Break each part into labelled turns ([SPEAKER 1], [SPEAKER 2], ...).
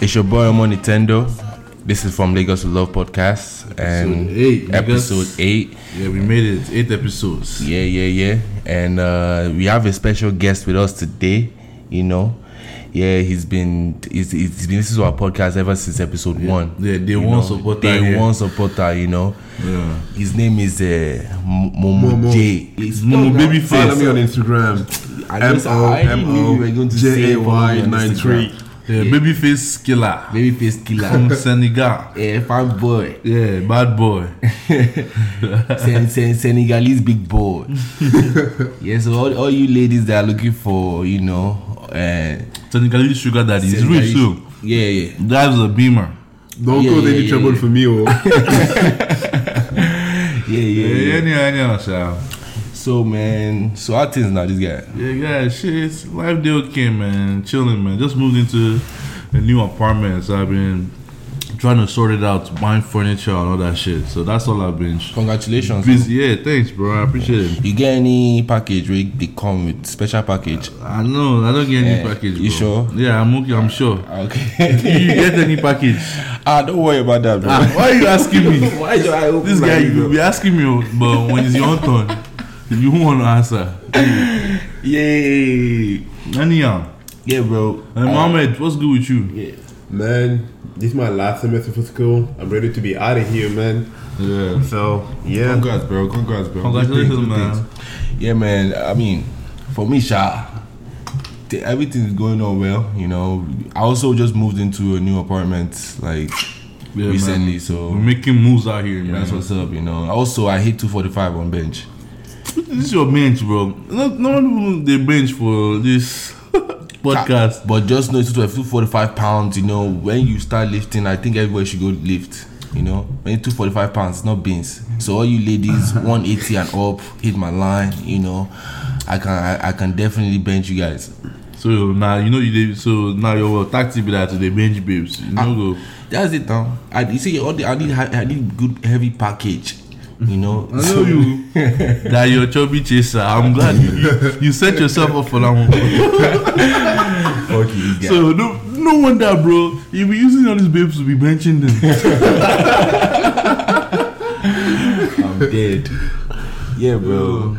[SPEAKER 1] It's your boy Omo Nintendo. This is from Lagos to Love podcast and
[SPEAKER 2] Episode eight, niggas.
[SPEAKER 1] episode eight.
[SPEAKER 2] Yeah, we made it. Eight episodes.
[SPEAKER 1] Yeah, yeah, yeah. And uh, we have a special guest with us today. You know, yeah, he's been he's, he's been listening to our podcast ever since episode one.
[SPEAKER 2] Yeah, day
[SPEAKER 1] you
[SPEAKER 2] one
[SPEAKER 1] know.
[SPEAKER 2] supporter,
[SPEAKER 1] Day
[SPEAKER 2] yeah.
[SPEAKER 1] one supporter. You know,
[SPEAKER 2] Yeah.
[SPEAKER 1] his name is uh, M- Momo,
[SPEAKER 3] Momo.
[SPEAKER 1] J.
[SPEAKER 2] It's Momo Babyface.
[SPEAKER 3] Follow me on Instagram.
[SPEAKER 1] I just- I already knew you were going to say Momo on
[SPEAKER 3] J-A-Y-93.
[SPEAKER 2] Yeah, Babyface Killer
[SPEAKER 1] Babyface killer.
[SPEAKER 2] from Senegal.
[SPEAKER 1] Yeah, fan boy.
[SPEAKER 2] Yeah, bad boy.
[SPEAKER 1] Sen- Sen- Senegalese big boy. yeah, so all, all you ladies that are looking for, you know, uh,
[SPEAKER 2] Senegalese sugar daddy. He's rich
[SPEAKER 1] Senegalese-
[SPEAKER 2] too.
[SPEAKER 1] Yeah, yeah.
[SPEAKER 2] Drives a beamer.
[SPEAKER 3] Don't
[SPEAKER 1] Yeah,
[SPEAKER 3] cause
[SPEAKER 1] yeah,
[SPEAKER 3] any
[SPEAKER 1] yeah,
[SPEAKER 3] trouble
[SPEAKER 1] yeah.
[SPEAKER 3] for me, oh.
[SPEAKER 1] Yeah, yeah, yeah.
[SPEAKER 2] Yeah, anyhow, anyhow, sha.
[SPEAKER 1] So man, so how things now this guy?
[SPEAKER 2] Yeah, yeah, shit. Life day okay, man. Chilling, man. Just moved into a new apartment, so I've been trying to sort it out, buying furniture and all that shit. So that's all I've been
[SPEAKER 1] Congratulations.
[SPEAKER 2] busy. Yeah, thanks, bro. I appreciate it.
[SPEAKER 1] You get any package where they come with special package?
[SPEAKER 2] I know I don't get any
[SPEAKER 1] Yeah,
[SPEAKER 2] package.
[SPEAKER 1] you
[SPEAKER 2] bro.
[SPEAKER 1] sure?
[SPEAKER 2] Yeah, I'm okay. I'm sure.
[SPEAKER 1] Okay.
[SPEAKER 2] you get any package? Ah,
[SPEAKER 1] ah, don't worry about that, bro.
[SPEAKER 2] Why are you asking me?
[SPEAKER 1] Why do I open
[SPEAKER 2] This
[SPEAKER 1] like
[SPEAKER 2] guy, you
[SPEAKER 1] bro?
[SPEAKER 2] be asking me, oh, but when it's your turn, you won't want to answer.
[SPEAKER 1] Yay!
[SPEAKER 2] Anyhow,
[SPEAKER 1] Yeah, bro.
[SPEAKER 2] hey, Mohammed, what's good with you?
[SPEAKER 1] Yeah.
[SPEAKER 3] Man, this is my last semester for school. I'm ready to be out of here, man.
[SPEAKER 2] Yeah.
[SPEAKER 3] So, yeah.
[SPEAKER 4] Congrats, bro. Congrats, bro.
[SPEAKER 2] Congratulations, man.
[SPEAKER 1] Yeah, man. I mean, for me, Sha, th- everything's going on well. You know, I also just moved into a new apartment like
[SPEAKER 2] Yeah, man. Mm-hmm.
[SPEAKER 1] recently, so
[SPEAKER 2] We're making moves out here, man.
[SPEAKER 1] that's what's up. You know. Also, I hit 245 on bench.
[SPEAKER 2] This is your bench, bro. No, no one they bench for this podcast.
[SPEAKER 1] But just know it's 245 pounds. You know, when you start lifting, I think everybody should go lift. You know, when it's 245 pounds, it's not beans. So all you ladies, 180 and up, hit my line. You know, I can I, I can definitely bench you guys.
[SPEAKER 2] So now you know you. They, so now you're tactic be that to the bench, babes. You know, go.
[SPEAKER 1] That's it now. I you see all the I need I need good heavy package. You know.
[SPEAKER 2] I know you that you're chubby chaser. I'm glad you, you, you set yourself up for that one.
[SPEAKER 1] Okay, yeah.
[SPEAKER 2] So no, no wonder, bro. You be using all these babes to be benching them.
[SPEAKER 1] I'm dead. Yeah, bro.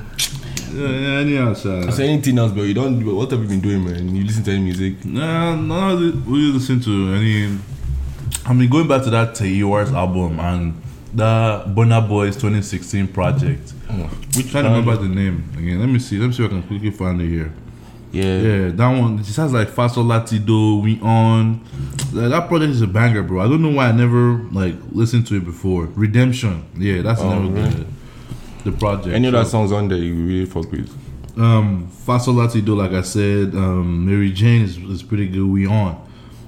[SPEAKER 2] yeah, yeah, anyhow, sir.
[SPEAKER 1] So anything else, bro? You don't. What have you been doing, man? You listen to any music?
[SPEAKER 2] Nah, no, we listen to any. I mean, going back to that Tayor's album and that Burna Boy's 2016 project. Which trying to remember the name again. Let me see. Let me see if I can quickly find it here.
[SPEAKER 1] Yeah.
[SPEAKER 2] Yeah, that one. It just has like Faso Latido, We On. Like, that project is a banger, bro. I don't know why I never like listened to it before. Redemption. Yeah, that's another good. The project.
[SPEAKER 1] Oh, Any
[SPEAKER 2] So-
[SPEAKER 1] other songs on there you really fuck with?
[SPEAKER 2] um Faso Latido, like I said, um Mary Jane is, is pretty good. We on.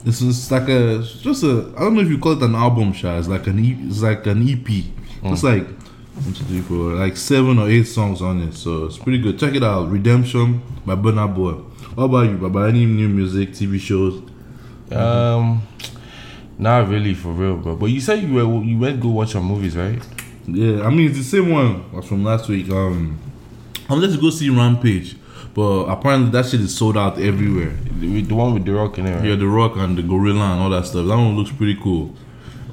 [SPEAKER 2] This is like a it's just a I don't know if you call it an album, Sha. It's like an e, it's like an EP. It's like one, two, three, four, like seven or eight songs on it. So it's pretty good. Check it out. Redemption by Burna Boy. What about you? About any new music, TV shows?
[SPEAKER 1] Um, not really for real, bro. But you said you were you went go watch some movies, right?
[SPEAKER 2] Yeah, I mean it's the same one as from last week. Um, I'm let's go see Rampage, but apparently that shit is sold out everywhere.
[SPEAKER 1] The, the one with the rock in it. Right?
[SPEAKER 2] Yeah, The Rock and the Gorilla and all that stuff. That one looks pretty cool.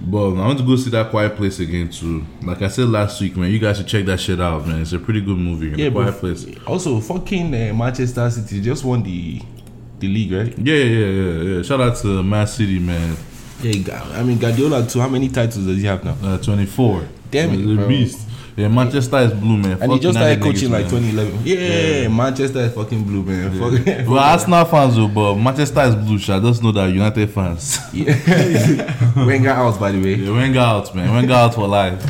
[SPEAKER 2] But I want to go see that Quiet Place again too. Like I said last week, man, you guys should check that shit out, man. It's a pretty good movie.
[SPEAKER 1] Yeah,
[SPEAKER 2] Yeah,
[SPEAKER 1] but-
[SPEAKER 2] Quiet Place.
[SPEAKER 1] Also, fucking uh, Manchester City just won the the league, right?
[SPEAKER 2] Yeah, yeah, yeah, yeah. Shout out to Man City, man.
[SPEAKER 1] Yeah. Ga- I mean, Guardiola too. How many titles does he have now?
[SPEAKER 2] Uh, Twenty four.
[SPEAKER 1] Damn it,
[SPEAKER 2] the
[SPEAKER 1] bro.
[SPEAKER 2] beast. Yeah, Manchester is blue, man.
[SPEAKER 1] And
[SPEAKER 2] Fuck
[SPEAKER 1] he just
[SPEAKER 2] United
[SPEAKER 1] started coaching
[SPEAKER 2] niggas,
[SPEAKER 1] like
[SPEAKER 2] man.
[SPEAKER 1] 2011. Yeah, Manchester is fucking blue, man. Fuck-
[SPEAKER 2] Well, Arsenal fans, though, but Manchester is blue. Sha, just know that United fans.
[SPEAKER 1] Yeah. Wenger out, by the way.
[SPEAKER 2] Yeah, Wenger out, man. Wenger out for life.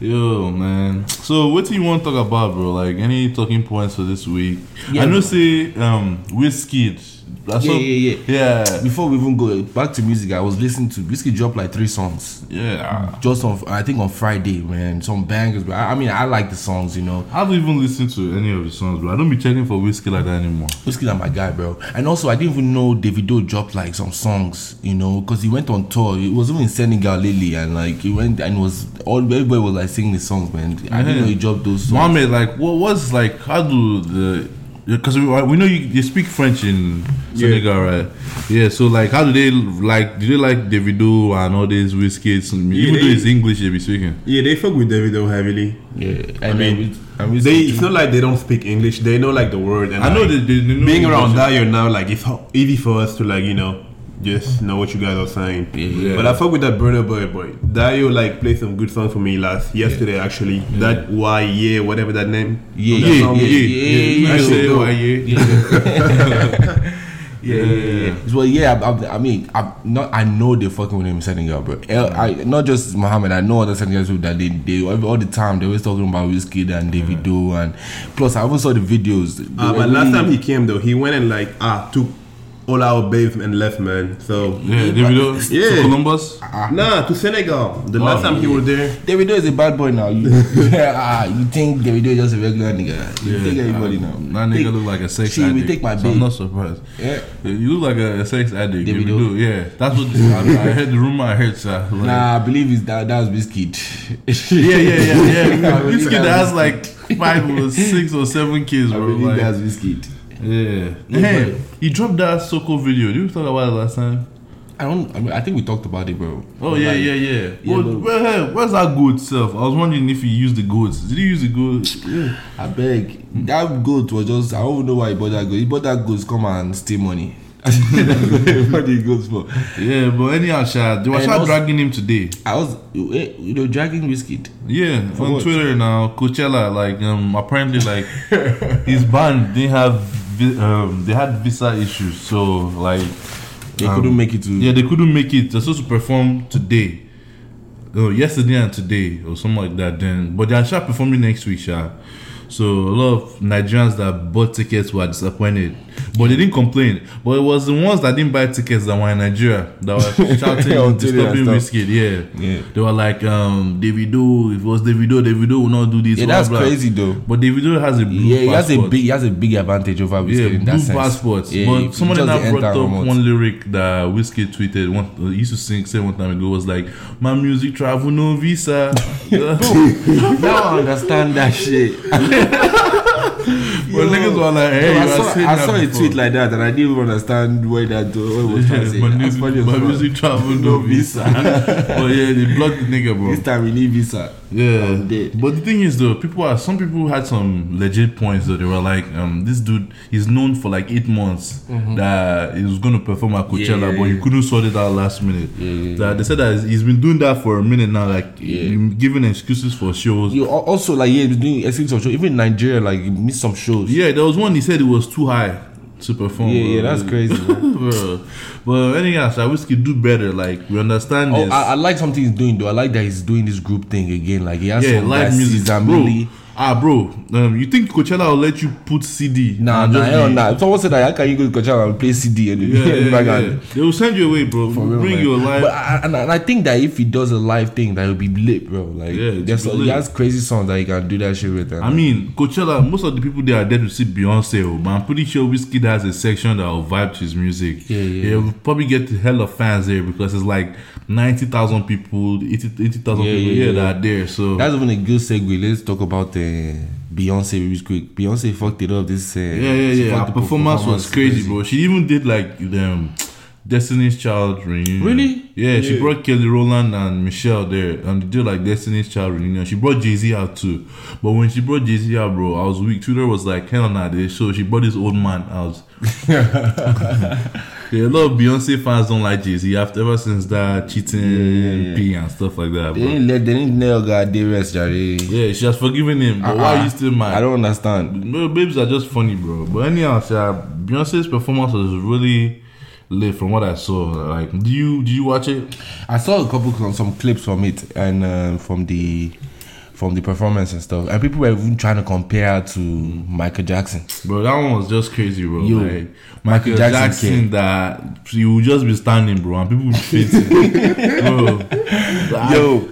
[SPEAKER 2] Yo, man. So, what do you want to talk about, bro? Like, any talking points for this week?
[SPEAKER 1] Yeah.
[SPEAKER 2] I know, say, um, Whiskey. That's
[SPEAKER 1] Yeah,
[SPEAKER 2] what-
[SPEAKER 1] yeah,
[SPEAKER 2] yeah.
[SPEAKER 1] Before we even go back to music, I was listening to Whiskey dropped like three songs
[SPEAKER 2] Yeah.
[SPEAKER 1] just on I think on Friday, man. Some bangers, but I, I mean I like the songs, you know.
[SPEAKER 2] I haven't even listened to any of the songs, bro. I don't be checking for Whiskey like that anymore.
[SPEAKER 1] Whiskey are my guy, bro. And also I didn't even know Davido dropped like some songs, you know, because he went on tour. He was even in Senegal lately, and like he went and was all everybody was like singing the songs, man. I didn't know he dropped those songs.
[SPEAKER 2] Mohammed, like, what was like? How do the because we, we know you, you speak French in
[SPEAKER 3] Yeah.
[SPEAKER 2] Senegal, right? Yeah. So like, how do they like? Do they like Davido and all these whiskies? Even
[SPEAKER 3] they-
[SPEAKER 2] though it's English, they be speaking.
[SPEAKER 3] Yeah, they fuck with Davido heavily.
[SPEAKER 1] Yeah, I,
[SPEAKER 3] mean,
[SPEAKER 1] mean, I mean,
[SPEAKER 3] They it's not like they don't speak English. They know like the word. And,
[SPEAKER 2] I know
[SPEAKER 3] like,
[SPEAKER 2] that they, they know
[SPEAKER 3] being
[SPEAKER 2] English.
[SPEAKER 3] around that you're now like it's ho- easy for us to like you know just know what you guys are saying.
[SPEAKER 1] Yeah.
[SPEAKER 3] But I fuck with that burner boy boy. Dio like played some good songs for me last yesterday actually. That why yeah whatever that name.
[SPEAKER 1] yeah,
[SPEAKER 3] that
[SPEAKER 1] yeah,
[SPEAKER 3] song-
[SPEAKER 1] yeah, yeah, yeah,
[SPEAKER 2] I
[SPEAKER 3] That's
[SPEAKER 1] yeah,
[SPEAKER 2] say,
[SPEAKER 3] it.
[SPEAKER 2] oh, yeah.
[SPEAKER 1] yeah, yeah, yeah. Well, yeah, I, I, I mean, I'm not. I know they fucking with him in Senegal, bro. El- I, not just Mohammed. I know other Senegal people that they, they all the time they always talking about whiskey and Davido, and plus I even saw the videos.
[SPEAKER 3] Uh,
[SPEAKER 1] They
[SPEAKER 3] but
[SPEAKER 1] were
[SPEAKER 3] last
[SPEAKER 1] really-
[SPEAKER 2] mm.
[SPEAKER 3] time he came though, he went and like ah took all our babes and left man. So
[SPEAKER 2] Yeah, Davido.
[SPEAKER 3] Yeah.
[SPEAKER 2] To Columbus.
[SPEAKER 1] ah,
[SPEAKER 3] nah to Senegal. The last time he was there.
[SPEAKER 1] Davido is a bad boy now. You, ah, you think Davido is just a regular nigga? You think everybody now?
[SPEAKER 2] That um, nigga
[SPEAKER 1] Take-
[SPEAKER 2] look like a sex
[SPEAKER 1] She,
[SPEAKER 2] addict.
[SPEAKER 1] we take my
[SPEAKER 2] so I'm
[SPEAKER 1] babe.
[SPEAKER 2] not surprised.
[SPEAKER 1] Yeah.
[SPEAKER 2] You look like a, a sex addict.
[SPEAKER 1] Davido.
[SPEAKER 2] Davido. Yeah. That's what I, I heard the rumor I heard, sir. Like,
[SPEAKER 1] Nah, I believe it's that. That was Biscuit.
[SPEAKER 2] Yeah, yeah, yeah, yeah.
[SPEAKER 1] I
[SPEAKER 2] this
[SPEAKER 1] believe
[SPEAKER 2] kid
[SPEAKER 1] that
[SPEAKER 2] has like five or six or seven kids,
[SPEAKER 1] I
[SPEAKER 2] bro.
[SPEAKER 1] believe
[SPEAKER 2] Like,
[SPEAKER 1] that's Biscuit.
[SPEAKER 2] yeah.
[SPEAKER 1] Yeah,
[SPEAKER 2] Hey,
[SPEAKER 1] but-
[SPEAKER 2] he dropped that Soko video. Did we talk about it last time?
[SPEAKER 1] I don't. I, mean, I think we talked about it, bro.
[SPEAKER 2] Oh yeah, yeah, yeah.
[SPEAKER 1] yeah,
[SPEAKER 2] well,
[SPEAKER 1] but-
[SPEAKER 2] well, hey, where's that goat self? I was wondering if he used the goats. Did he use the goats? Yeah.
[SPEAKER 1] I beg. That goat was just. I don't know why he bought that goat. He bought that goat. to Come and steal money. That's what he goes for.
[SPEAKER 2] Yeah, but anyhow, Sha, they were
[SPEAKER 1] And
[SPEAKER 2] Sha
[SPEAKER 1] also-
[SPEAKER 2] dragging him today.
[SPEAKER 1] I was, eh, you know, dragging Biscuit.
[SPEAKER 2] Yeah,
[SPEAKER 1] For
[SPEAKER 2] on
[SPEAKER 1] what?
[SPEAKER 2] Twitter now, Coachella, like um, apparently like his band didn't have vi- um, they had visa issues, so like
[SPEAKER 1] They
[SPEAKER 2] um,
[SPEAKER 1] couldn't make it to.
[SPEAKER 2] yeah they couldn't make it. They're supposed to perform today, oh yesterday and today or something like that. Then but they are sure performing next week, sure. So a lot of Nigerians that bought tickets were disappointed, but they didn't complain. But it was the ones that didn't buy tickets that were in Nigeria that were
[SPEAKER 1] On
[SPEAKER 2] shouting,
[SPEAKER 1] Twitter and
[SPEAKER 2] disturbing
[SPEAKER 1] stuff.
[SPEAKER 2] Wizkid, yeah.
[SPEAKER 1] Yeah.
[SPEAKER 2] They were like, um, Davido, if it was Davido, Davido will not do this.
[SPEAKER 1] Yeah,
[SPEAKER 2] blah,
[SPEAKER 1] that's
[SPEAKER 2] blah.
[SPEAKER 1] crazy though.
[SPEAKER 2] But Davido has a blue
[SPEAKER 1] Yeah, he has a
[SPEAKER 2] passport.
[SPEAKER 1] big, he has a big advantage over Whiskey
[SPEAKER 2] yeah,
[SPEAKER 1] in that
[SPEAKER 2] blue
[SPEAKER 1] sense.
[SPEAKER 2] passport.
[SPEAKER 1] Yeah,
[SPEAKER 2] but
[SPEAKER 1] if
[SPEAKER 2] somebody
[SPEAKER 1] just
[SPEAKER 2] now
[SPEAKER 1] the
[SPEAKER 2] brought up
[SPEAKER 1] enter remote.
[SPEAKER 2] one lyric that Whiskey tweeted one uh, he used to sing say one time ago was like, My music travel no visa. but
[SPEAKER 1] Now I understand that shit. Yo.
[SPEAKER 2] niggas were like,
[SPEAKER 1] Yo,
[SPEAKER 2] hey,
[SPEAKER 1] I
[SPEAKER 2] you are
[SPEAKER 1] saw,
[SPEAKER 2] saying
[SPEAKER 1] I
[SPEAKER 2] that
[SPEAKER 1] saw a
[SPEAKER 2] before.
[SPEAKER 1] tweet like that and I didn't even understand where that what it was
[SPEAKER 2] yeah,
[SPEAKER 1] trying to say.
[SPEAKER 2] my
[SPEAKER 1] That's
[SPEAKER 2] music,
[SPEAKER 1] funny as
[SPEAKER 2] my
[SPEAKER 1] fuck.
[SPEAKER 2] music travel no visa. but yeah, they blocked the nigga, bro.
[SPEAKER 1] This time we need visa.
[SPEAKER 2] Yeah,
[SPEAKER 1] I'm dead.
[SPEAKER 2] but the thing is though, people are some people had some legit points though. They were like, um, this dude is known for like eight months that he was going to perform at Coachella,
[SPEAKER 1] Mm-hmm. yeah,
[SPEAKER 2] but he
[SPEAKER 1] yeah.
[SPEAKER 2] couldn't sort it out last minute.
[SPEAKER 1] yeah,
[SPEAKER 2] That they said that he's- he's been doing that for a minute now, like giving excuses for shows.
[SPEAKER 1] You al- also like yeah, doing except some show. Even in Nigeria, like you miss some shows.
[SPEAKER 2] Yeah, there was one he said it was too high to perform.
[SPEAKER 1] yeah,
[SPEAKER 2] bro.
[SPEAKER 1] yeah, that's crazy. man.
[SPEAKER 2] Bro. But anyhow, so I wish he do better. Like we understand
[SPEAKER 1] Oh,
[SPEAKER 2] this.
[SPEAKER 1] I, I like something he's doing though. I like that he's doing this group thing again. Like he has
[SPEAKER 2] yeah,
[SPEAKER 1] some
[SPEAKER 2] live
[SPEAKER 1] guys,
[SPEAKER 2] music,
[SPEAKER 1] Cesar
[SPEAKER 2] bro.
[SPEAKER 1] Milli.
[SPEAKER 2] Ah, bro. Um, you think Coachella will let you put CD?
[SPEAKER 1] Nah,
[SPEAKER 2] and
[SPEAKER 1] nah,
[SPEAKER 2] just
[SPEAKER 1] hell
[SPEAKER 2] be-
[SPEAKER 1] nah. If someone said that, how can you go to Coachella and play CD and
[SPEAKER 2] Yeah, yeah,
[SPEAKER 1] back
[SPEAKER 2] yeah.
[SPEAKER 1] and-
[SPEAKER 2] They will send you away, bro.
[SPEAKER 1] For real,
[SPEAKER 2] Bring
[SPEAKER 1] man.
[SPEAKER 2] you alive.
[SPEAKER 1] But I, and, and I think that if he does a live thing, that will be lit, bro. Like,
[SPEAKER 2] Yeah, it's
[SPEAKER 1] there's
[SPEAKER 2] be
[SPEAKER 1] a- he
[SPEAKER 2] lit.
[SPEAKER 1] has crazy songs that he can do that shit with. And,
[SPEAKER 2] I mean, Coachella. Most of the people there are there to see Beyonce, oh, but I'm pretty sure Whiskey has a section that will vibe to his music.
[SPEAKER 1] Yeah, yeah.
[SPEAKER 2] He'll probably get a hell of fans there because it's like ninety thousand people, 80 80,000
[SPEAKER 1] Yeah, yeah,
[SPEAKER 2] people
[SPEAKER 1] yeah.
[SPEAKER 2] here that are there. So
[SPEAKER 1] that's even a good segue. Let's talk about uh, Beyonce real quick. Beyonce fucked it up. This uh,
[SPEAKER 2] yeah, yeah,
[SPEAKER 1] she
[SPEAKER 2] yeah.
[SPEAKER 1] fucked
[SPEAKER 2] Her
[SPEAKER 1] the
[SPEAKER 2] performance, was crazy, bro. She even did like them. Destiny's Child reunion.
[SPEAKER 1] Really?
[SPEAKER 2] Yeah, she
[SPEAKER 3] Yeah.
[SPEAKER 2] brought Kelly Rowland and Michelle there, and they did like Destiny's Child reunion. She brought Jay Z out too, but when she brought Jay Z out, bro, I was weak. Twitter was like, hell nah, this. So she brought this old man out. yeah, a lot of Beyonce fans don't like Jay Z after ever since that cheating pee and stuff like that.
[SPEAKER 1] They
[SPEAKER 2] Bro.
[SPEAKER 1] didn't let they didn't let God day rest, Jerry.
[SPEAKER 2] Yeah, she has forgiven him, but why are you still mad?
[SPEAKER 1] I don't understand.
[SPEAKER 2] No, babes are just funny, bro. But anyhow, sha, Beyonce's performance was really lit from what I saw. Like, do you do you watch it?
[SPEAKER 1] I saw a couple some, some clips from it and um, from the from the performance and stuff, and people were even trying to compare her to Michael Jackson.
[SPEAKER 2] Bro, that one was just crazy, bro.
[SPEAKER 1] Yo,
[SPEAKER 2] like Michael
[SPEAKER 1] Jackson
[SPEAKER 2] Jackson, that you will just be standing, bro, and people will face it. bro.
[SPEAKER 1] Yo,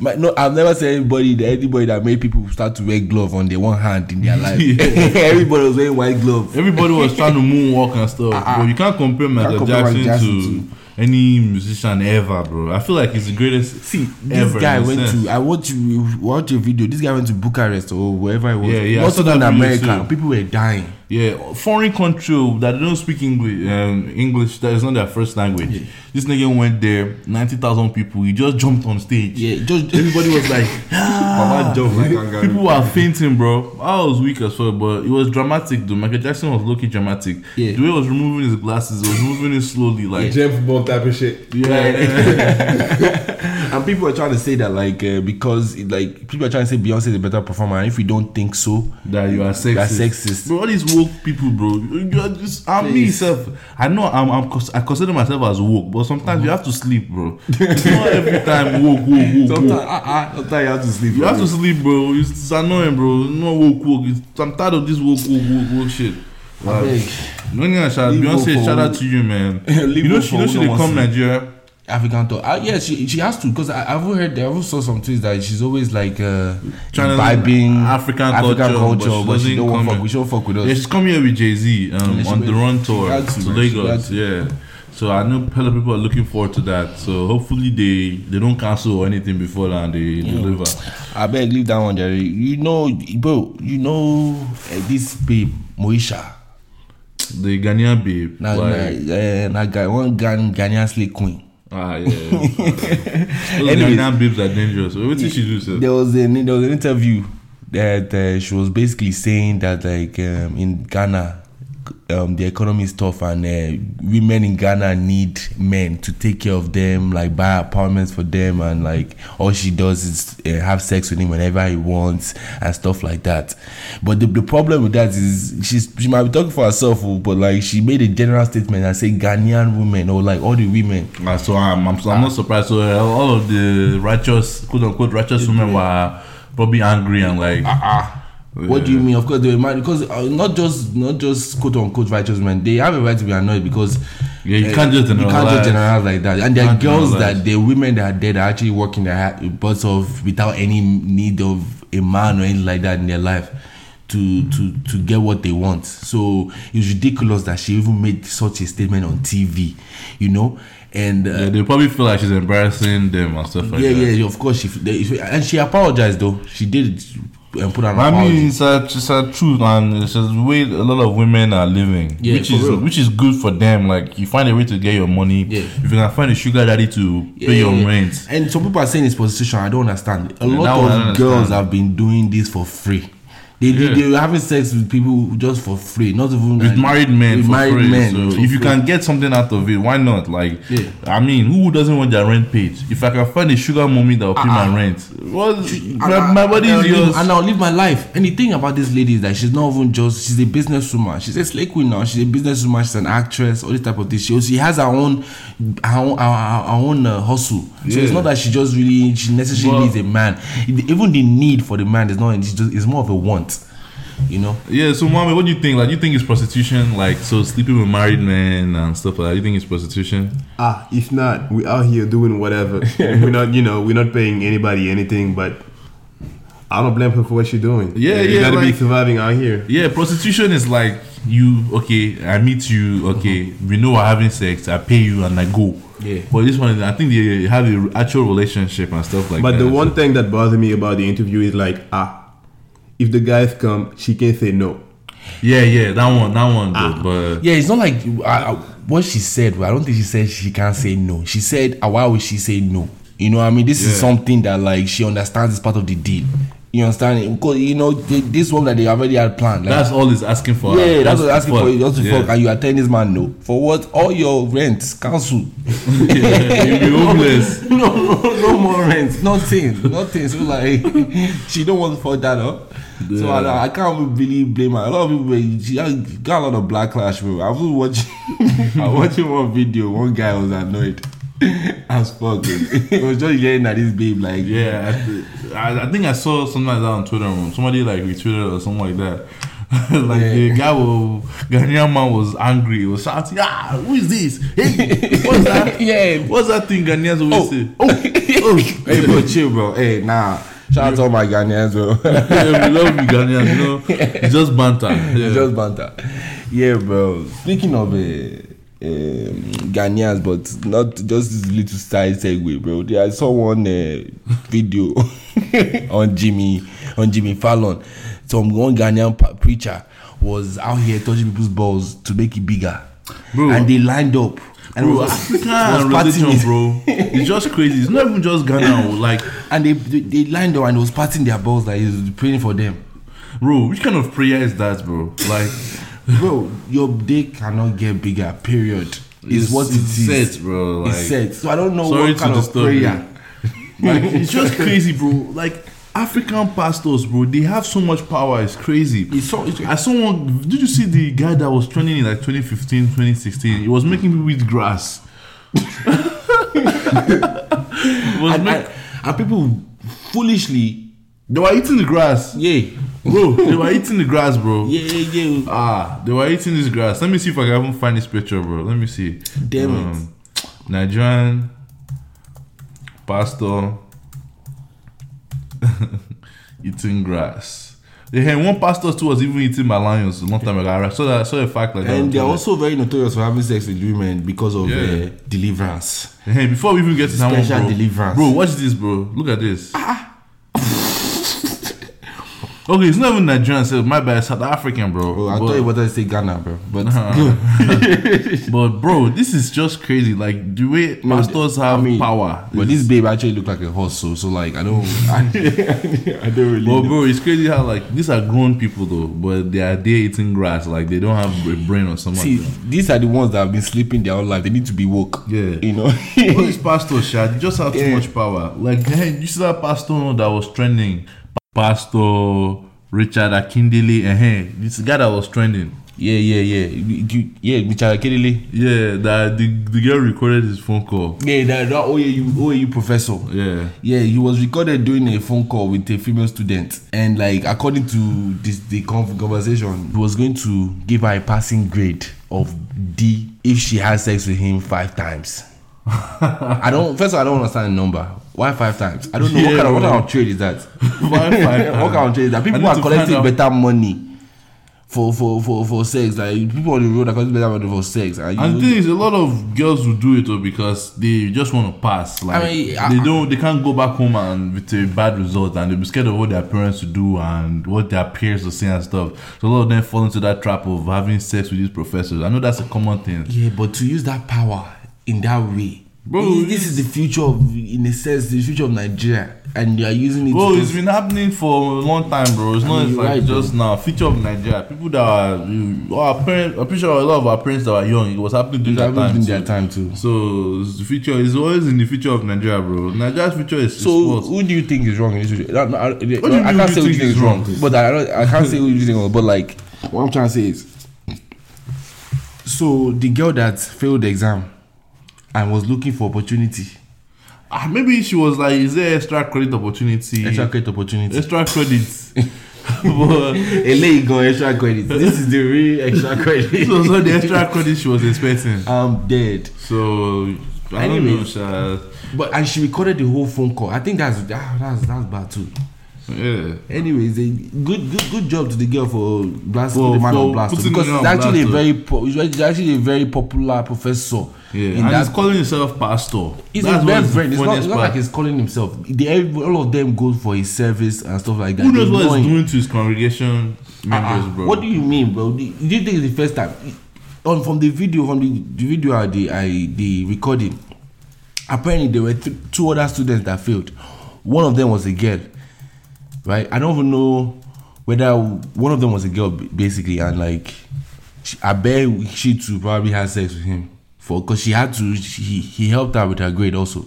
[SPEAKER 1] my, no, I've never seen anybody, that- anybody that made people start to wear glove on their one hand in their life.
[SPEAKER 2] Yeah.
[SPEAKER 1] Everybody was wearing white glove.
[SPEAKER 2] Everybody was trying to moonwalk and stuff, but you can't compare Michael
[SPEAKER 1] Ah, compare Michael
[SPEAKER 2] Jackson,
[SPEAKER 1] Jackson
[SPEAKER 2] to any musician ever, bro. I feel like he's the greatest.
[SPEAKER 1] See, this
[SPEAKER 2] ever,
[SPEAKER 1] guy
[SPEAKER 2] in a
[SPEAKER 1] went
[SPEAKER 2] sense.
[SPEAKER 1] to. I watch you watch your video. This guy went to Bucharest or wherever it was.
[SPEAKER 2] Yeah, yeah, I
[SPEAKER 1] Not
[SPEAKER 2] saw that
[SPEAKER 1] in
[SPEAKER 2] video
[SPEAKER 1] America.
[SPEAKER 2] too.
[SPEAKER 1] People were dying.
[SPEAKER 2] Yeah, foreign country that don't speak English. Um, English that is not their first language. This nigga went there, ninety thousand people. He just jumped on stage.
[SPEAKER 1] Yeah, just everybody was like,
[SPEAKER 2] Baba jumped
[SPEAKER 4] like kangaroo.
[SPEAKER 2] People were fainting, bro. I was weak as well, but it was dramatic though. Michael Jackson was lucky dramatic.
[SPEAKER 1] Yeah.
[SPEAKER 2] The way he was removing his glasses, he was moving it slowly, like
[SPEAKER 4] Gem football type of shit.
[SPEAKER 2] yeah.
[SPEAKER 1] and people are trying to say that like uh, because it, like people are trying to say Beyonce is a better performer. And if you don't think so,
[SPEAKER 2] that you are sexist.
[SPEAKER 1] You are sexist.
[SPEAKER 2] Bro, all these woke people, bro. You are just, I'm me self. I know I'm, I'm cons- I consider myself as woke, but sometimes you have to sleep, bro. It's not every time woke, woke, woke,
[SPEAKER 1] sometimes,
[SPEAKER 2] woke.
[SPEAKER 1] uh, uh, sometimes you have to sleep.
[SPEAKER 2] You have to sleep, bro. It's, it's annoying, bro. No woke, woke. It's, I'm tired of this woke, woke, woke, woke shit. Like,
[SPEAKER 1] beg.
[SPEAKER 2] no, yeah, shout,
[SPEAKER 1] Leave woke
[SPEAKER 2] Beyonce,
[SPEAKER 1] for
[SPEAKER 2] shout out
[SPEAKER 1] woke.
[SPEAKER 2] to you, man.
[SPEAKER 1] Leave
[SPEAKER 2] you know
[SPEAKER 1] woke
[SPEAKER 2] she,
[SPEAKER 1] for
[SPEAKER 2] you know
[SPEAKER 1] woke
[SPEAKER 2] she
[SPEAKER 1] no
[SPEAKER 2] they
[SPEAKER 1] one
[SPEAKER 2] come
[SPEAKER 1] sleep.
[SPEAKER 2] Nigeria.
[SPEAKER 1] African talk. Uh, yeah, she she has to because I, I've heard I have saw some tweets that she's always like uh,
[SPEAKER 2] Trying to-
[SPEAKER 1] imbibing
[SPEAKER 2] African culture,
[SPEAKER 1] culture,
[SPEAKER 2] but she
[SPEAKER 1] but she,
[SPEAKER 2] doesn't
[SPEAKER 1] don't
[SPEAKER 2] come
[SPEAKER 1] want fuck.
[SPEAKER 2] here.
[SPEAKER 1] We don't fuck with us.
[SPEAKER 2] Yeah, she's come here with Jay Z um,
[SPEAKER 1] Yeah, she
[SPEAKER 2] on the
[SPEAKER 1] went-
[SPEAKER 2] run
[SPEAKER 1] she
[SPEAKER 2] tour
[SPEAKER 1] had to,
[SPEAKER 2] to
[SPEAKER 1] man. She
[SPEAKER 2] Lagos.
[SPEAKER 1] had
[SPEAKER 2] Yeah. So I know hella people are looking forward to that. So hopefully they they don't cancel or anything before that and they deliver.
[SPEAKER 1] I beg leave that one there. You know, bro. You know uh, this babe Moisha.
[SPEAKER 2] The Ghanaian babe.
[SPEAKER 1] Now,
[SPEAKER 2] like,
[SPEAKER 1] uh, now, guy, one Ghan- Ghanaian slave queen.
[SPEAKER 2] Ah yeah. Those
[SPEAKER 1] Anyways.
[SPEAKER 2] Ghanaian babes are dangerous. What did she do, sir?
[SPEAKER 1] There was an there was an interview that uh, she was basically saying that like um, in Ghana, um, the economy is tough and uh, women in Ghana need men to take care of them, like buy apartments for them, and like all she does is uh, have sex with him whenever he wants and stuff like that. But the, the problem with that is she's she might be talking for herself, oh, but like she made a general statement and say Ghanaian women or like all the women.
[SPEAKER 2] Ah, so I'm, I'm, so I'm not surprised. So uh, all of the righteous, quote unquote, righteous women were probably angry and like,
[SPEAKER 1] Ah, What do you mean? Of course, they were mad because uh, not just not just quote unquote righteous men. They have a right to be annoyed because uh,
[SPEAKER 2] Yeah, you can't just
[SPEAKER 1] you can't
[SPEAKER 2] generalize.
[SPEAKER 1] just generalize like that. And there are
[SPEAKER 2] Can't
[SPEAKER 1] girls
[SPEAKER 2] generalize.
[SPEAKER 1] that the women that are there that are actually working their ha- butts off without any need of a man or anything like that in their life to to to get what they want. So it's ridiculous that she even made such a statement on TV, you know. And uh,
[SPEAKER 2] Yeah, they probably feel like she's embarrassing them and stuff like
[SPEAKER 1] yeah,
[SPEAKER 2] that.
[SPEAKER 1] yeah, of course she they, and she apologized though. She did uh, put an
[SPEAKER 2] I
[SPEAKER 1] apology.
[SPEAKER 2] mean, it's a, it's a truth, and it's just the way a lot of women are living,
[SPEAKER 1] Yeah,
[SPEAKER 2] which
[SPEAKER 1] for
[SPEAKER 2] is
[SPEAKER 1] real.
[SPEAKER 2] which is good for them. Like you find a way to get your money.
[SPEAKER 1] Yeah.
[SPEAKER 2] If you can find a sugar daddy to pay your rent,
[SPEAKER 1] And some people are saying it's prostitution. I don't understand. A
[SPEAKER 2] that one I
[SPEAKER 1] lot
[SPEAKER 2] don't
[SPEAKER 1] of girls
[SPEAKER 2] understand.
[SPEAKER 1] have been doing this for free. They,
[SPEAKER 2] Yeah.
[SPEAKER 1] they, they were having sex with people just for free, not even
[SPEAKER 2] with married men,
[SPEAKER 1] With
[SPEAKER 2] for
[SPEAKER 1] married
[SPEAKER 2] free.
[SPEAKER 1] men,
[SPEAKER 2] So
[SPEAKER 1] for
[SPEAKER 2] if you
[SPEAKER 1] free.
[SPEAKER 2] can get something out of it, why not? Like,
[SPEAKER 1] Yeah.
[SPEAKER 2] I mean, who doesn't want their rent paid? If I can find a sugar mommy that will pay my rent, well,
[SPEAKER 1] And Ah, I-
[SPEAKER 2] my, my body
[SPEAKER 1] and I'll
[SPEAKER 2] is
[SPEAKER 1] live-
[SPEAKER 2] yours.
[SPEAKER 1] and I'll live my life. And the thing about this lady is that she's not even just she's a businesswoman. She's a slay queen now. She's a businesswoman. She's an actress. All this type of things. She, she has her own her own, her, her- her own uh, hustle. So
[SPEAKER 2] Yeah.
[SPEAKER 1] it's not that she just really she necessarily
[SPEAKER 2] Well-
[SPEAKER 1] needs a man. Even the need for the man is not. It's, just, it's more of a want. You know.
[SPEAKER 2] Yeah, so mommy, what do you think? Like, you think it's prostitution? Like, so sleeping with married men and stuff like that. You think it's prostitution?
[SPEAKER 3] Ah, if not, we out here doing whatever. we're not, you know, we're not paying anybody anything, but I don't blame her for what she's doing.
[SPEAKER 2] Yeah,
[SPEAKER 3] you
[SPEAKER 2] yeah,
[SPEAKER 3] gotta
[SPEAKER 2] like-
[SPEAKER 3] be surviving out here.
[SPEAKER 2] Yeah, prostitution is like you. Okay, I meet you. Okay, we know we're having sex. I pay you and I go.
[SPEAKER 1] Mm-hmm. Yeah.
[SPEAKER 2] But this one, I think they have an actual relationship and stuff like
[SPEAKER 3] But
[SPEAKER 2] that.
[SPEAKER 3] the one thing that bothered me about the interview is like, ah, if the guys come, she can't say no.
[SPEAKER 2] Yeah, yeah, that one, that one.
[SPEAKER 1] Ah.
[SPEAKER 2] Though, but
[SPEAKER 1] Yeah, it's not like I, I, what she said. I don't think she said she can't say no. She said, uh, "Why would she say no?" You know, what I mean, this
[SPEAKER 2] Yeah.
[SPEAKER 1] is something that like she understands is part of the deal. You understand? Because you know they, this one that they already had planned. Like,
[SPEAKER 2] that's all it's asking for.
[SPEAKER 1] yeah, that's
[SPEAKER 2] Just
[SPEAKER 1] what I'm asking
[SPEAKER 2] fuck.
[SPEAKER 1] for you just to
[SPEAKER 2] Yeah.
[SPEAKER 1] fuck, and you are telling this man no for what? All your rents, council.
[SPEAKER 2] Yeah, you'll be homeless.
[SPEAKER 1] no, no, no more rent. Nothing, nothing. So like, she don't want to fuck that up. So I, I can't really blame her. A lot of people, eh, she I got a lot of backlash. Bro, I was watching, I watching one video. One guy was annoyed as fuck. He was just yelling at his babe like,
[SPEAKER 2] Yeah, I, th- I, I think I saw something like that on Twitter. um, Somebody like retweeted or something like that. like the guy was Ghanaian man was angry. He was shouting, "Ah, who is this? Hey, what's that?
[SPEAKER 1] Yeah.
[SPEAKER 2] what's that thing Ghanaians always
[SPEAKER 1] Oh.
[SPEAKER 2] say? Oh, oh,
[SPEAKER 1] "Hey, bro, chill, bro. Hey, nah." Shout out to all my Ghanaians, bro.
[SPEAKER 2] Oh, yeah, we love you Ghanaians. You know, it's just banter. Yeah.
[SPEAKER 1] It's just banter. Yeah, bro. Speaking of uh, um, Ghanaians, but not just this little side segue, bro. There I eh, saw one uh, video on Jimmy on Jimmy Fallon some one Ghanaian pa- preacher was out here touching people's balls to make it bigger,
[SPEAKER 2] Bro.
[SPEAKER 1] and they lined up. And
[SPEAKER 2] Bro,
[SPEAKER 1] was-
[SPEAKER 2] African
[SPEAKER 1] was partying
[SPEAKER 2] religion,
[SPEAKER 1] it.
[SPEAKER 2] bro. It's just crazy. It's not even just Ghana. oh, Like,
[SPEAKER 1] And they, they they lined up and was patting their balls like he was praying for them.
[SPEAKER 2] bro, which kind of prayer is that, bro? Like,
[SPEAKER 1] Bro, your dick cannot get bigger. Period. Is what it
[SPEAKER 2] it's
[SPEAKER 1] is.
[SPEAKER 2] Set, bro. Like,
[SPEAKER 1] it's set. So I don't know
[SPEAKER 2] Sorry
[SPEAKER 1] what
[SPEAKER 2] to
[SPEAKER 1] kind of
[SPEAKER 2] disturb you.
[SPEAKER 1] prayer.
[SPEAKER 2] Like, it's just crazy, bro. Like African pastors, bro, they have so much power. It's crazy.
[SPEAKER 1] It's so. It's,
[SPEAKER 2] I someone did you see the guy that was training in like 2015, 2016? He was making people eat grass. He was
[SPEAKER 1] and,
[SPEAKER 2] make-
[SPEAKER 1] and- and people foolishly,
[SPEAKER 2] they were eating the grass.
[SPEAKER 1] yeah,
[SPEAKER 2] Bro, they were eating the grass, bro.
[SPEAKER 1] yeah, yeah, yeah.
[SPEAKER 2] Ah, they were eating this grass. Let me see if I can even find this picture, bro. Let me see.
[SPEAKER 1] Damn it.
[SPEAKER 2] it. Nigerian pastor eating grass. They had one pastor too was even eating my lions a long time ago. I saw that. I saw a fact like that.
[SPEAKER 1] And they're also very notorious for having sex with women because of
[SPEAKER 2] Yeah.
[SPEAKER 1] uh, deliverance.
[SPEAKER 2] Hey, before we even get to that one,
[SPEAKER 1] Special
[SPEAKER 2] bro,
[SPEAKER 1] deliverance. Ah,
[SPEAKER 2] bro, watch this, bro. Look at this. okay, it's not even Nigerian. So my bad, South African, bro.
[SPEAKER 1] Bro, Oh, I
[SPEAKER 2] But-
[SPEAKER 1] thought you were going to say Ghana, bro. But
[SPEAKER 2] But bro, this is just crazy. Like the way
[SPEAKER 1] No,
[SPEAKER 2] pastors
[SPEAKER 1] I
[SPEAKER 2] have
[SPEAKER 1] mean,
[SPEAKER 2] power.
[SPEAKER 1] but this babe actually looked like a horse, so, so like I don't, I, I don't really. know.
[SPEAKER 2] But bro, it's crazy how like these are grown people though, but they are there eating grass. Like they don't have a brain or something.
[SPEAKER 1] See,
[SPEAKER 2] like that.
[SPEAKER 1] these are the ones that have been sleeping their whole life. They need to be woke.
[SPEAKER 2] Yeah.
[SPEAKER 1] you know.
[SPEAKER 2] All these pastors, Sha, they just have too
[SPEAKER 1] Yeah.
[SPEAKER 2] much power. Like hey, you see that pastor that was trending, Pastor Richard Akindele. Uh, hey, this guy that was trending.
[SPEAKER 1] yeah, yeah, yeah. You- you- Yeah, Michal Kedele.
[SPEAKER 2] Yeah, that the, the girl recorded his phone call.
[SPEAKER 1] Yeah, that, that OAU, OAU professor.
[SPEAKER 2] Yeah.
[SPEAKER 1] Yeah, he was recorded doing a phone call with a female student, and like according to this the con- conversation, he was going to give her a passing grade of D if she has sex with him five times. I don't. First of all, I don't understand the number. Why five times? I don't know
[SPEAKER 2] Yeah,
[SPEAKER 1] what kind of what
[SPEAKER 2] bro.
[SPEAKER 1] kind of trade is that.
[SPEAKER 2] Five, five
[SPEAKER 1] what kind of trade is that?
[SPEAKER 2] I
[SPEAKER 1] People
[SPEAKER 2] need
[SPEAKER 1] are
[SPEAKER 2] to
[SPEAKER 1] collecting
[SPEAKER 2] find out.
[SPEAKER 1] better money. For, for, for, for sex, like people on the road are collecting better money for sex. And you,
[SPEAKER 2] And the thing is, a lot of girls will do it though because they just want to pass. Like
[SPEAKER 1] mean, I-
[SPEAKER 2] they don't, they can't go back home and with a bad result, and they'll be scared of what their parents will do and what their peers will say and stuff. So a lot of them fall into that trap of having sex with these professors. I know that's a common thing.
[SPEAKER 1] Yeah, but to use that power in that way,
[SPEAKER 2] Bro,
[SPEAKER 1] this, this is the future of, in a sense, the future of Nigeria, and you are using it.
[SPEAKER 2] Bro,
[SPEAKER 1] to
[SPEAKER 2] it's been happening for a long time, bro. It's not
[SPEAKER 1] mean, you're
[SPEAKER 2] like
[SPEAKER 1] right,
[SPEAKER 2] just now. Feature of Nigeria, people that are you- our parents. I'm pretty sure a lot of our parents that are young. It was happening during
[SPEAKER 1] It's
[SPEAKER 2] that
[SPEAKER 1] happening
[SPEAKER 2] time.
[SPEAKER 1] in
[SPEAKER 2] too.
[SPEAKER 1] their time too.
[SPEAKER 2] So the future is always in the future of Nigeria, bro. Nigeria's future is is
[SPEAKER 1] So,
[SPEAKER 2] sports.
[SPEAKER 1] who do you think is wrong in this situation? I, I, I
[SPEAKER 2] do you mean
[SPEAKER 1] can't say who you think is wrong, but I, don't, I can't say who you think is wrong. But like, what I'm trying to say is, so the girl that failed the exam and was looking for opportunity,
[SPEAKER 2] Ah, maybe she was like, is there extra credit opportunity?
[SPEAKER 1] extra credit opportunity,
[SPEAKER 2] Extra credit. but
[SPEAKER 1] a lady got extra credit. This is the real extra
[SPEAKER 2] this
[SPEAKER 1] credit.
[SPEAKER 2] was not the extra credit she was expecting.
[SPEAKER 1] I'm dead.
[SPEAKER 2] So I don't know,
[SPEAKER 1] Anyways.
[SPEAKER 2] Sha.
[SPEAKER 1] But and she recorded the whole phone call. I think that's that, that's that's bad too.
[SPEAKER 2] Yeah.
[SPEAKER 1] Anyways, a good good good job to the girl for blast
[SPEAKER 2] For-
[SPEAKER 1] the man
[SPEAKER 2] for
[SPEAKER 1] on blast
[SPEAKER 2] putting
[SPEAKER 1] because
[SPEAKER 2] the man
[SPEAKER 1] it's
[SPEAKER 2] on blast,
[SPEAKER 1] actually a
[SPEAKER 2] though.
[SPEAKER 1] very po- it's actually a very popular professor.
[SPEAKER 2] Yeah,
[SPEAKER 1] in
[SPEAKER 2] and
[SPEAKER 1] that-
[SPEAKER 2] he's calling himself pastor.
[SPEAKER 1] He's
[SPEAKER 2] That's
[SPEAKER 1] his
[SPEAKER 2] what
[SPEAKER 1] best
[SPEAKER 2] is the
[SPEAKER 1] friend. It's not,
[SPEAKER 2] funniest
[SPEAKER 1] it's not
[SPEAKER 2] part.
[SPEAKER 1] like he's calling himself. They, all of them go for his service and stuff like that.
[SPEAKER 2] Who
[SPEAKER 1] They
[SPEAKER 2] knows what
[SPEAKER 1] know him.
[SPEAKER 2] he's doing to his congregation members,
[SPEAKER 1] Ah,
[SPEAKER 2] bro?
[SPEAKER 1] What do you mean, bro? Do do you think it's the first time? On from the video, from the, the video I the I the recording. Apparently, there were th- two other students that failed. One of them was a girl, right? I don't even know whether one of them was a girl, b- basically, and like, she, I bet she too probably had sex with him for because she had to. She, he he helped her with her grade also.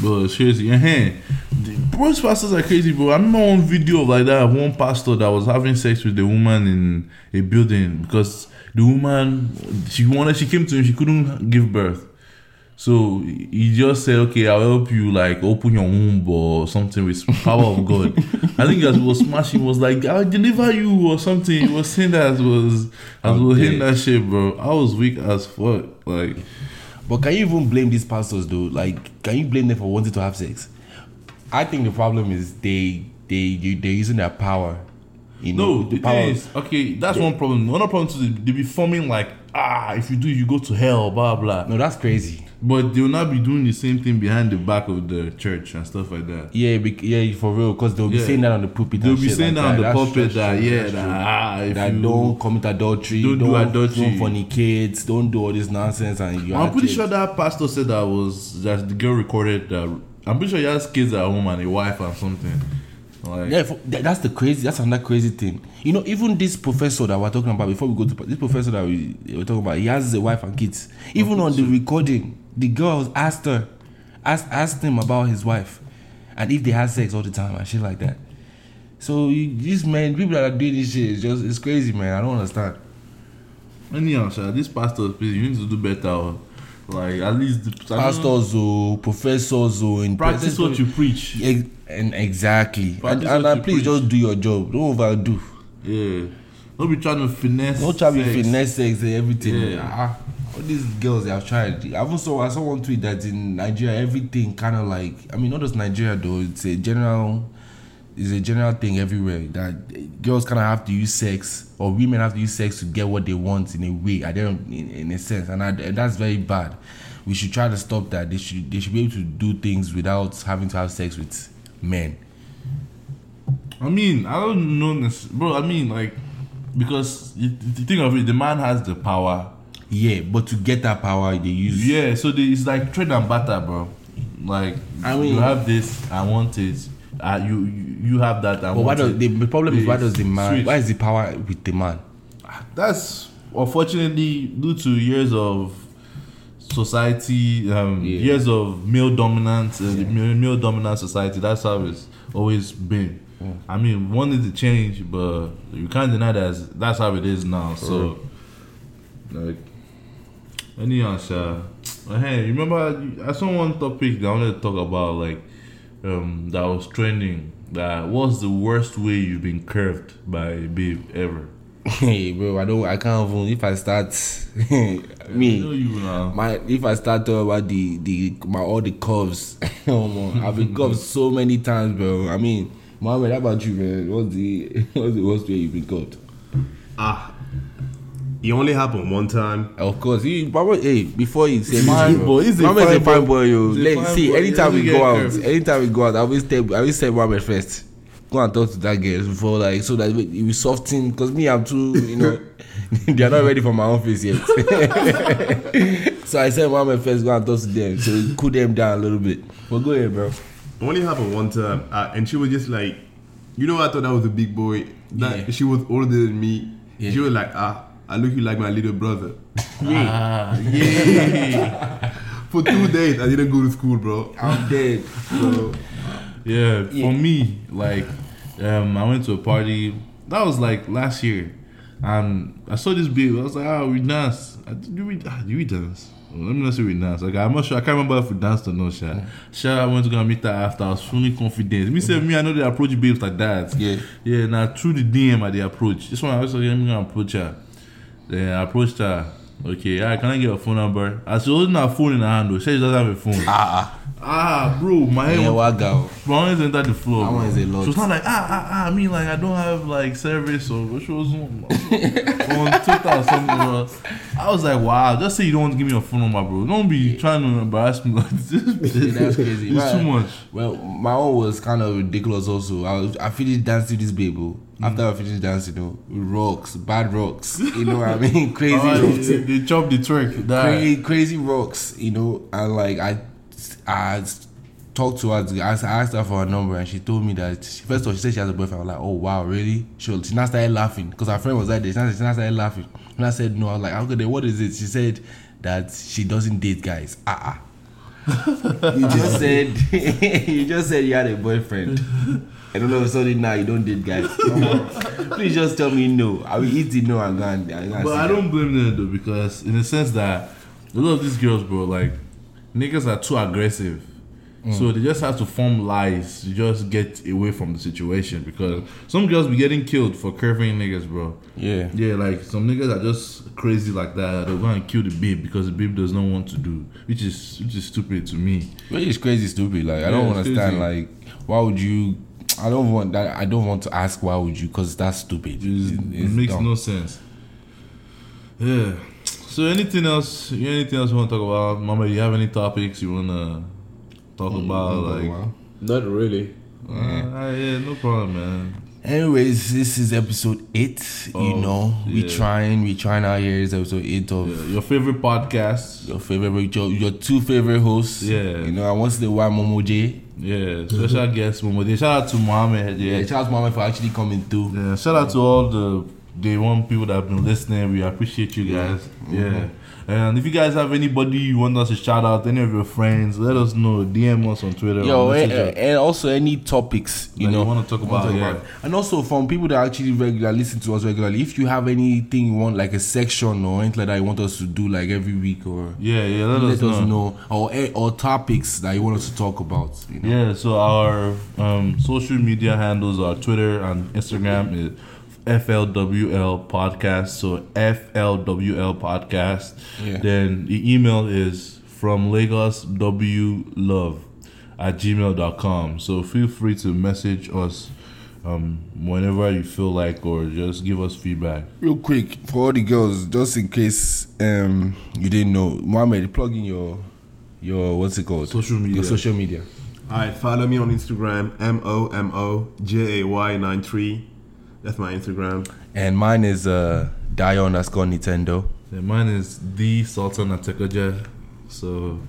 [SPEAKER 2] But seriously, uh-huh. The- Bro's pastors are crazy, bro. I remember one video of like that of one pastor that was having sex with a woman in a building because the woman she wanted she came to him, she couldn't give birth. So he just said, Okay, I'll help you like open your womb or something with power of God. I think as he was smashing he was like, I'll deliver you or something. He was saying that as was as was hitting that shit, bro. I was weak as fuck. Like
[SPEAKER 1] But can you even blame these pastors though? Like, can you blame them for wanting to have sex? I think the problem is they they they- they're using their power. You know,
[SPEAKER 2] No, the thing is, okay, that's one problem. Another problem too, is they be forming like, ah, if you do, you go to hell, blah blah.
[SPEAKER 1] No, that's crazy.
[SPEAKER 2] But they will not be doing the same thing behind the back of the church and stuff like that.
[SPEAKER 1] Yeah, bec- yeah, for real. Because they'll be
[SPEAKER 2] Yeah.
[SPEAKER 1] saying that on the pulpit.
[SPEAKER 2] They'll
[SPEAKER 1] and
[SPEAKER 2] be
[SPEAKER 1] shit
[SPEAKER 2] saying
[SPEAKER 1] like
[SPEAKER 2] that on the
[SPEAKER 1] That's
[SPEAKER 2] pulpit
[SPEAKER 1] true,
[SPEAKER 2] that,
[SPEAKER 1] that's true,
[SPEAKER 2] yeah,
[SPEAKER 1] that's true.
[SPEAKER 2] that, ah, if
[SPEAKER 1] that
[SPEAKER 2] you,
[SPEAKER 1] don't commit adultery,
[SPEAKER 2] Don't
[SPEAKER 1] don't,
[SPEAKER 2] do adultery.
[SPEAKER 1] don't fornicate, don't do all this nonsense, and you.
[SPEAKER 2] I'm
[SPEAKER 1] are
[SPEAKER 2] pretty
[SPEAKER 1] kids.
[SPEAKER 2] sure that pastor said that was that the girl recorded that. I'm pretty sure he has kids at home and a wife or something. Like,
[SPEAKER 1] Yeah, for, that, that's the crazy. That's another crazy thing. You know, even this professor that we're talking about before we go to this professor that we were talking about, he has a wife and kids. Even on the recording, the girls asked her, asked asked him about his wife, and if they had sex all the time and shit like that. So you, these men, people that are doing this shit, is just it's crazy, man. I don't understand.
[SPEAKER 2] anyhow, sha, this pastor, please, you need to do better. oh. Like, at least the I don't know,
[SPEAKER 1] Pastors or professors or in
[SPEAKER 2] Mm. practice what you preach. Yeah.
[SPEAKER 1] Ex- and exactly. And,
[SPEAKER 2] Practice
[SPEAKER 1] and,
[SPEAKER 2] what
[SPEAKER 1] and
[SPEAKER 2] you
[SPEAKER 1] please
[SPEAKER 2] preach.
[SPEAKER 1] just do your job. Don't overdo.
[SPEAKER 2] Don't be trying to finesse.
[SPEAKER 1] No try be
[SPEAKER 2] sex.
[SPEAKER 1] finesse sex and everything.
[SPEAKER 2] Yeah.
[SPEAKER 1] Ah, all these girls they have tried. I even saw I saw one tweet that in Nigeria everything kind of like I mean not just Nigeria though. It's a general, it's a general thing everywhere that eh, girls kind of have to use sex or women have to use sex to get what they want in a way. I don't in, in a sense, and I, and that's very bad. We should try to stop that. They should they should be able to do things without having to have sex with men.
[SPEAKER 2] I mean, I don't know, this, bro. I mean, like, because you, you think of it, the man has the power.
[SPEAKER 1] Yeah, but to get that power they use.
[SPEAKER 2] Yeah, so they, it's like trade and barter, bro. Like,
[SPEAKER 1] I mean-
[SPEAKER 2] you have this, I want it. Uh, you, you you have that, I
[SPEAKER 1] But why
[SPEAKER 2] want
[SPEAKER 1] does
[SPEAKER 2] it.
[SPEAKER 1] the, the problem is why
[SPEAKER 2] Please,
[SPEAKER 1] does the man
[SPEAKER 2] switch.
[SPEAKER 1] why is the power with the man?
[SPEAKER 2] That's unfortunately due to years of society, um,
[SPEAKER 1] Yeah.
[SPEAKER 2] years of male dominance, uh, male, male dominant society. That's how it's always been. I mean, wanted to change, but you can't deny that that's how it is now. So, like, anyhow, sha. Uh, Hey, remember I saw one topic that I wanted to talk about, like, um, that was trending. That was the worst way you've been curved by a babe ever.
[SPEAKER 1] hey bro, I don't I can't even if I start
[SPEAKER 2] I know
[SPEAKER 1] me
[SPEAKER 2] you uh, now.
[SPEAKER 1] my if I start talking about the the my all the curves omo, I've been curved so many times bro. I mean Mohammed, how about you man? What's the what's the worst way you've been curved?
[SPEAKER 3] Ah, it only happened one time.
[SPEAKER 1] Of course, you probably hey before you say
[SPEAKER 2] Fine
[SPEAKER 1] this,
[SPEAKER 2] boy, he's a
[SPEAKER 1] Mohammed
[SPEAKER 2] fine boy.
[SPEAKER 1] yo.
[SPEAKER 2] He's a
[SPEAKER 1] Let-
[SPEAKER 2] fine
[SPEAKER 1] see,
[SPEAKER 2] boy.
[SPEAKER 1] anytime
[SPEAKER 2] He
[SPEAKER 1] we go
[SPEAKER 2] doesn't get
[SPEAKER 1] out,
[SPEAKER 2] curved.
[SPEAKER 1] anytime we go out, I always tell I always tell Mohammed first. Go and talk to that girl before like so that it will soften. Cause me, I'm too you know they are not ready for my own face yet. so I said Mohammed first, go and talk to them, so we cool them down a little bit. But go ahead, bro.
[SPEAKER 3] It only happened one time, uh, and she was just like, you know, I thought I was a big boy. That
[SPEAKER 1] Yeah.
[SPEAKER 3] she was older than me.
[SPEAKER 1] Yeah.
[SPEAKER 3] She was like, ah, I look you like my little brother.
[SPEAKER 2] Ah,
[SPEAKER 3] For two days, I didn't go to school, bro.
[SPEAKER 1] I'm dead.
[SPEAKER 3] So,
[SPEAKER 2] yeah, for
[SPEAKER 1] Yeah.
[SPEAKER 2] me, like, um, I went to a party that was like last year, and I saw this babe. I was like, ah, we dance. I, do we? ah, Do we dance? Well, Let me not say we dance. Like I'm not sure. I can't remember if we danced or not. Sha. Sha, I went to go and meet her after. I was feeling confident. Me say me, I know they approach babes like that.
[SPEAKER 1] Yeah.
[SPEAKER 2] Yeah. Now through the DM, I they approach. This one, I was like, let me go and approach her. Then I approached her. Okay, ah, can I get a phone number? I she holding her phone in her hand. though. She said she doesn't have a phone.
[SPEAKER 1] Ah,
[SPEAKER 2] Ah, bro, my head
[SPEAKER 1] yeah,
[SPEAKER 2] was
[SPEAKER 1] what girl?
[SPEAKER 2] Brown is entered the floor.
[SPEAKER 1] That one is
[SPEAKER 2] bro.
[SPEAKER 1] a lot.
[SPEAKER 2] So it's not like ah ah ah. I mean like I don't have like service or which was on, on Twitter or something. Bro. I was like wow. Just say you don't want to give me your phone number, bro. Don't be trying to embarrass me like this.
[SPEAKER 1] that's crazy,
[SPEAKER 2] It's
[SPEAKER 1] right?
[SPEAKER 2] too much.
[SPEAKER 1] Well, my own was kind of ridiculous also. I, was, I finished dancing this babe. oh. After I finished dancing, you know, rocks, bad rocks. You know what I mean? Crazy
[SPEAKER 2] Alright,
[SPEAKER 1] rocks.
[SPEAKER 2] they, they chop the twerk. That.
[SPEAKER 1] Crazy, crazy rocks, you know. And like, I I talked to her, I asked her for her number, and she told me that, she, first of all, she said she has a boyfriend. I was like, oh, wow, really? She, she now started laughing because her friend was like this. She now she now started laughing. When I said no, I was like, okay, then what is it? She said that she doesn't date guys. Ah, ah. You just said you just said you had a boyfriend. And all of a sudden now you don't date guys. Come on. Please just tell me no. I will eat the no and go and, and go and
[SPEAKER 2] But
[SPEAKER 1] sit
[SPEAKER 2] I
[SPEAKER 1] down.
[SPEAKER 2] don't blame them though because in the sense that a lot of these girls, bro, like niggas are too aggressive. So they just have to form lies to just get away from the situation because some girls be getting killed for curving niggas, bro.
[SPEAKER 1] Yeah.
[SPEAKER 2] Yeah, like some niggas are just crazy like that. They're going to kill the babe because the babe does not want to do, which is which is stupid to me.
[SPEAKER 1] But it's crazy stupid. Like I
[SPEAKER 2] Yeah,
[SPEAKER 1] don't
[SPEAKER 2] it's
[SPEAKER 1] understand.
[SPEAKER 2] crazy.
[SPEAKER 1] Like why would you? I don't want that. I don't want to ask why would you because that's stupid.
[SPEAKER 2] It's-
[SPEAKER 1] It-
[SPEAKER 2] it
[SPEAKER 1] it's
[SPEAKER 2] makes
[SPEAKER 1] dumb.
[SPEAKER 2] no sense. Yeah. So anything else? You anything else you want to talk about, Mama? You have any topics you wanna talk about? Like,
[SPEAKER 4] Not really.
[SPEAKER 2] uh, uh, yeah, no problem, man.
[SPEAKER 1] Anyways, this is episode eight. you
[SPEAKER 2] Oh,
[SPEAKER 1] know, we
[SPEAKER 2] yeah.
[SPEAKER 1] trying, we trying out here. It's episode eight of
[SPEAKER 2] Yeah, your favorite podcast?
[SPEAKER 1] your favorite, your, your two favorite hosts.
[SPEAKER 2] Yeah.
[SPEAKER 1] you know, I once in a while Momo J.
[SPEAKER 2] Yeah, special guest Momode. Shout out to Mohammed.
[SPEAKER 1] Yeah,
[SPEAKER 2] Yeah.
[SPEAKER 1] shout out to Mohammed for actually coming through.
[SPEAKER 2] yeah, shout out to all the day one people that have been listening. We appreciate you guys. Yeah. Mm-hmm. And if you guys have anybody you want us to shout out, any of your friends, let us know. DM us on Twitter.
[SPEAKER 1] Yo,
[SPEAKER 2] or
[SPEAKER 1] and,
[SPEAKER 2] message us.
[SPEAKER 1] and also any topics you
[SPEAKER 2] That you
[SPEAKER 1] know
[SPEAKER 2] wanna talk about, yeah.
[SPEAKER 1] and also from people that actually regular listen to us regularly. If you have anything you want, like a section or anything like that, you want us to do like every week or
[SPEAKER 2] yeah, yeah, let,
[SPEAKER 1] let
[SPEAKER 2] us know.
[SPEAKER 1] or eh, or topics that you want us to talk about. You know?
[SPEAKER 2] Yeah, so our um, social media handles are Twitter and Instagram is FLWL podcast. So FLWL podcast.
[SPEAKER 1] Yeah.
[SPEAKER 2] Then the email is from Lagos W Love at gmail.com. So feel free to message us um, whenever you feel like or just give us feedback.
[SPEAKER 1] Real quick for all the girls, just in case um you didn't know, Mohammed, plug in your your what's it called
[SPEAKER 2] Social media.
[SPEAKER 1] Your social media.
[SPEAKER 3] Alright, follow me on Instagram, M O M O J A Y 93. That's my Instagram.
[SPEAKER 1] And mine is uh Dio underscore Nintendo.
[SPEAKER 2] Yeah, mine is the Sultan Atekoja. So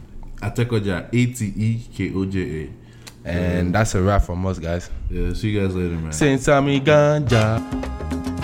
[SPEAKER 2] Atekoja, A T E K O J A.
[SPEAKER 1] And that's a wrap from us guys.
[SPEAKER 2] Yeah, see you guys later, man.
[SPEAKER 1] Since I'm in Ganja.